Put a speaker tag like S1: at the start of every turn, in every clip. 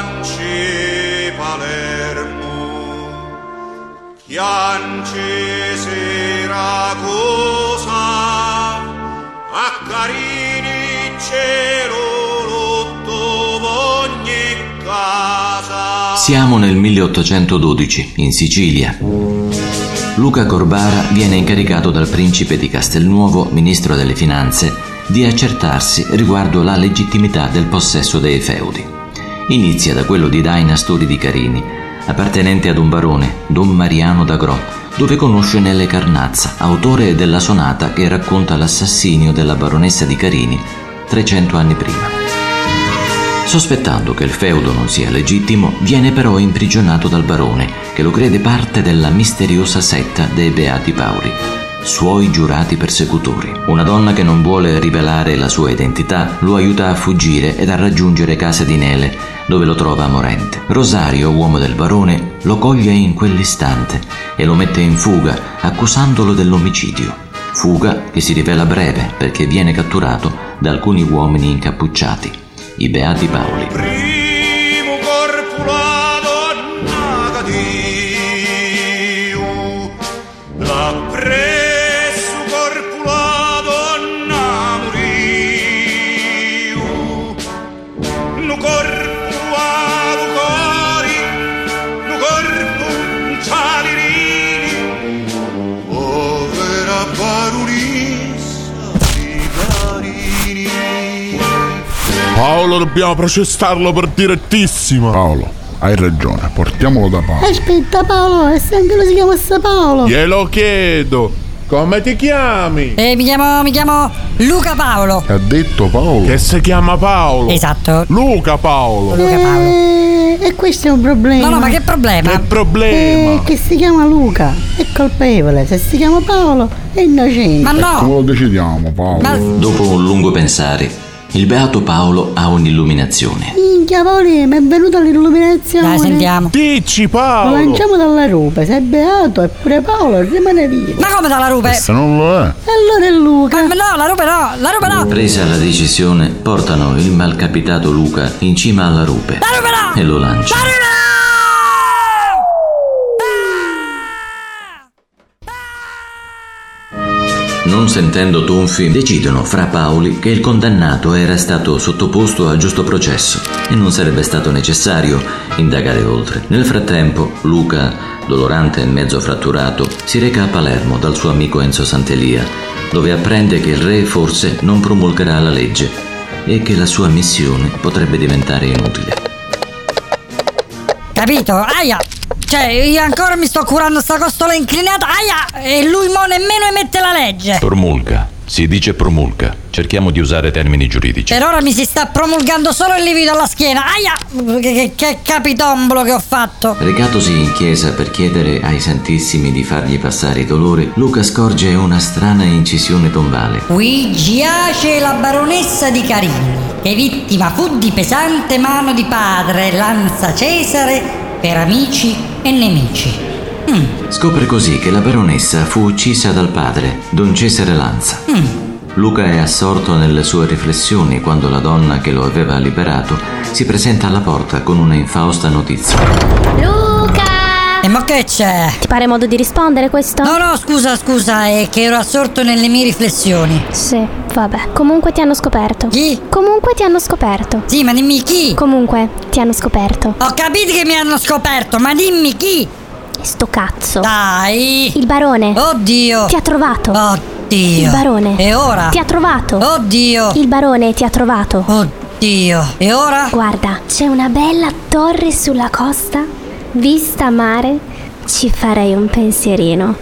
S1: Chianci Palermo, Chianci Siracusa, a Carini cielo lotto ogni casa.
S2: Siamo nel 1812, in Sicilia. Luca Corbara viene incaricato dal principe di Castelnuovo, ministro delle finanze, di accertarsi riguardo la legittimità del possesso dei feudi. Inizia da quello di Dainastori di Carini, appartenente ad un barone, Don Mariano d'Agro, dove conosce Nelle Carnazza, autore della sonata che racconta l'assassinio della baronessa di Carini 300 anni prima. Sospettando che il feudo non sia legittimo, viene però imprigionato dal barone, che lo crede parte della misteriosa setta dei Beati Paoli, suoi giurati persecutori. Una donna che non vuole rivelare la sua identità lo aiuta a fuggire ed a raggiungere casa di Nele, dove lo trova morente. Rosario, uomo del barone, lo coglie in quell'istante e lo mette in fuga, accusandolo dell'omicidio. Fuga che si rivela breve perché viene catturato da alcuni uomini incappucciati, i Beati Paoli.
S1: Primo corpo la donna cadio, la presso corpo la donna morio, no corpo a cori, no corpo salirini, povera baronessa di Carini.
S3: Paolo dobbiamo processarlo per direttissima.
S4: Paolo, hai ragione, portiamolo da Paolo.
S5: Aspetta Paolo, e se anche lui si chiama Paolo.
S3: Eh, Glielo chiedo. Come ti chiami?
S6: E Eh, mi chiamo, mi chiamo Luca Paolo.
S4: Ha detto Paolo.
S3: Che si chiama Paolo.
S6: Esatto.
S3: Luca Paolo.
S6: Luca Paolo.
S5: Eh, e questo è un problema.
S6: No, no, ma che problema?
S3: Che
S5: Eh,
S3: problema?
S5: che si chiama Luca, è colpevole, se si chiama Paolo è innocente.
S6: Ma no!
S4: Come lo decidiamo, Paolo?
S6: Ma
S2: Dopo un lungo pensare, il Beato Paolo ha un'illuminazione.
S5: Minchia Paoli, mi è venuta l'illuminazione.
S6: dai, sentiamo.
S3: Dici
S5: Lo
S3: Paolo.
S5: lanciamo dalla rupe, se è beato e pure Paolo rimane vivo.
S6: Ma come dalla rupe?
S4: Se non lo è.
S5: Allora è Luca.
S6: Ma no, la rupe no, la rupe no!
S2: Presa la decisione, portano il malcapitato Luca in cima alla rupe
S6: La rupe no!
S2: e lo lancia.
S6: La rupe
S2: Non sentendo tonfi, decidono fra Paoli che il condannato era stato sottoposto a giusto processo e non sarebbe stato necessario indagare oltre. Nel frattempo, Luca, dolorante e mezzo fratturato, si reca a Palermo dal suo amico Enzo Santelia, dove apprende che il re forse non promulgherà la legge e che la sua missione potrebbe diventare inutile.
S6: no! Ah! Capito? Aia! Cioè, io ancora mi sto curando sta costola inclinata, aia! E lui mo nemmeno emette la legge!
S7: Promulga. Si dice promulga. Cerchiamo di usare termini giuridici.
S6: Per ora mi si sta promulgando solo il livido alla schiena, aia! Che, che, che capitombolo che ho fatto!
S2: Recatosi in chiesa per chiedere ai Santissimi di fargli passare il dolore, Luca scorge una strana incisione tombale.
S6: Qui giace la baronessa di Carini, che vittima fu di pesante mano di padre Lanza Cesare per amici e nemici. Mm,
S2: Scopre così che la baronessa fu uccisa dal padre, don Cesare Lanza.
S6: mm.
S2: Luca è assorto nelle sue riflessioni quando la donna che lo aveva liberato si presenta alla porta con una infausta notizia.
S8: Luca!
S6: E mo che c'è?
S8: Ti pare modo di rispondere questo?
S6: No, no, scusa, scusa, è che ero assorto nelle mie riflessioni.
S8: Sì, vabbè. Comunque ti hanno scoperto.
S6: Chi?
S8: Comunque ti hanno scoperto.
S6: Sì, ma dimmi chi?
S8: Comunque ti hanno scoperto.
S6: Ho capito che mi hanno scoperto, ma dimmi chi?
S8: Sto cazzo.
S6: Dai!
S8: Il barone.
S6: Oddio!
S8: Ti ha trovato.
S6: Oddio!
S8: Il barone.
S6: E ora? Oh.
S8: Ti ha trovato.
S6: Oddio!
S8: Il barone ti ha trovato.
S6: Oddio! E ora?
S8: Guarda, c'è una bella torre sulla costa. Vista a mare. Ci farei un pensierino.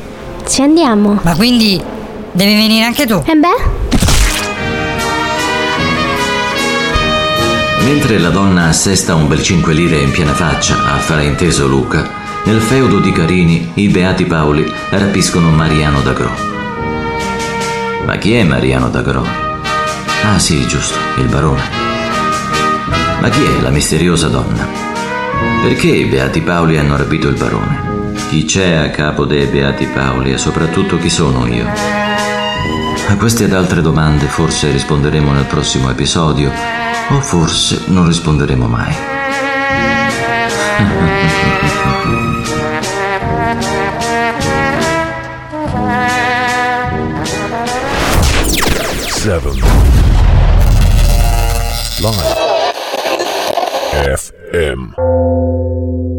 S8: Ci andiamo.
S6: Ma quindi devi venire anche tu?
S8: E beh?
S2: Mentre la donna assesta un bel 5 lire in piena faccia a frainteso Luca, nel feudo di Carini i beati Paoli rapiscono Mariano d'Agro. Ma chi è Mariano d'Agro? Ah sì, giusto, il barone. Ma chi è la misteriosa donna? Perché i beati Paoli hanno rapito il barone? Chi c'è a capo dei beati Paoli e soprattutto chi sono io? A queste ed altre domande forse risponderemo nel prossimo episodio O forse non risponderemo mai.
S3: seven. Live. FM.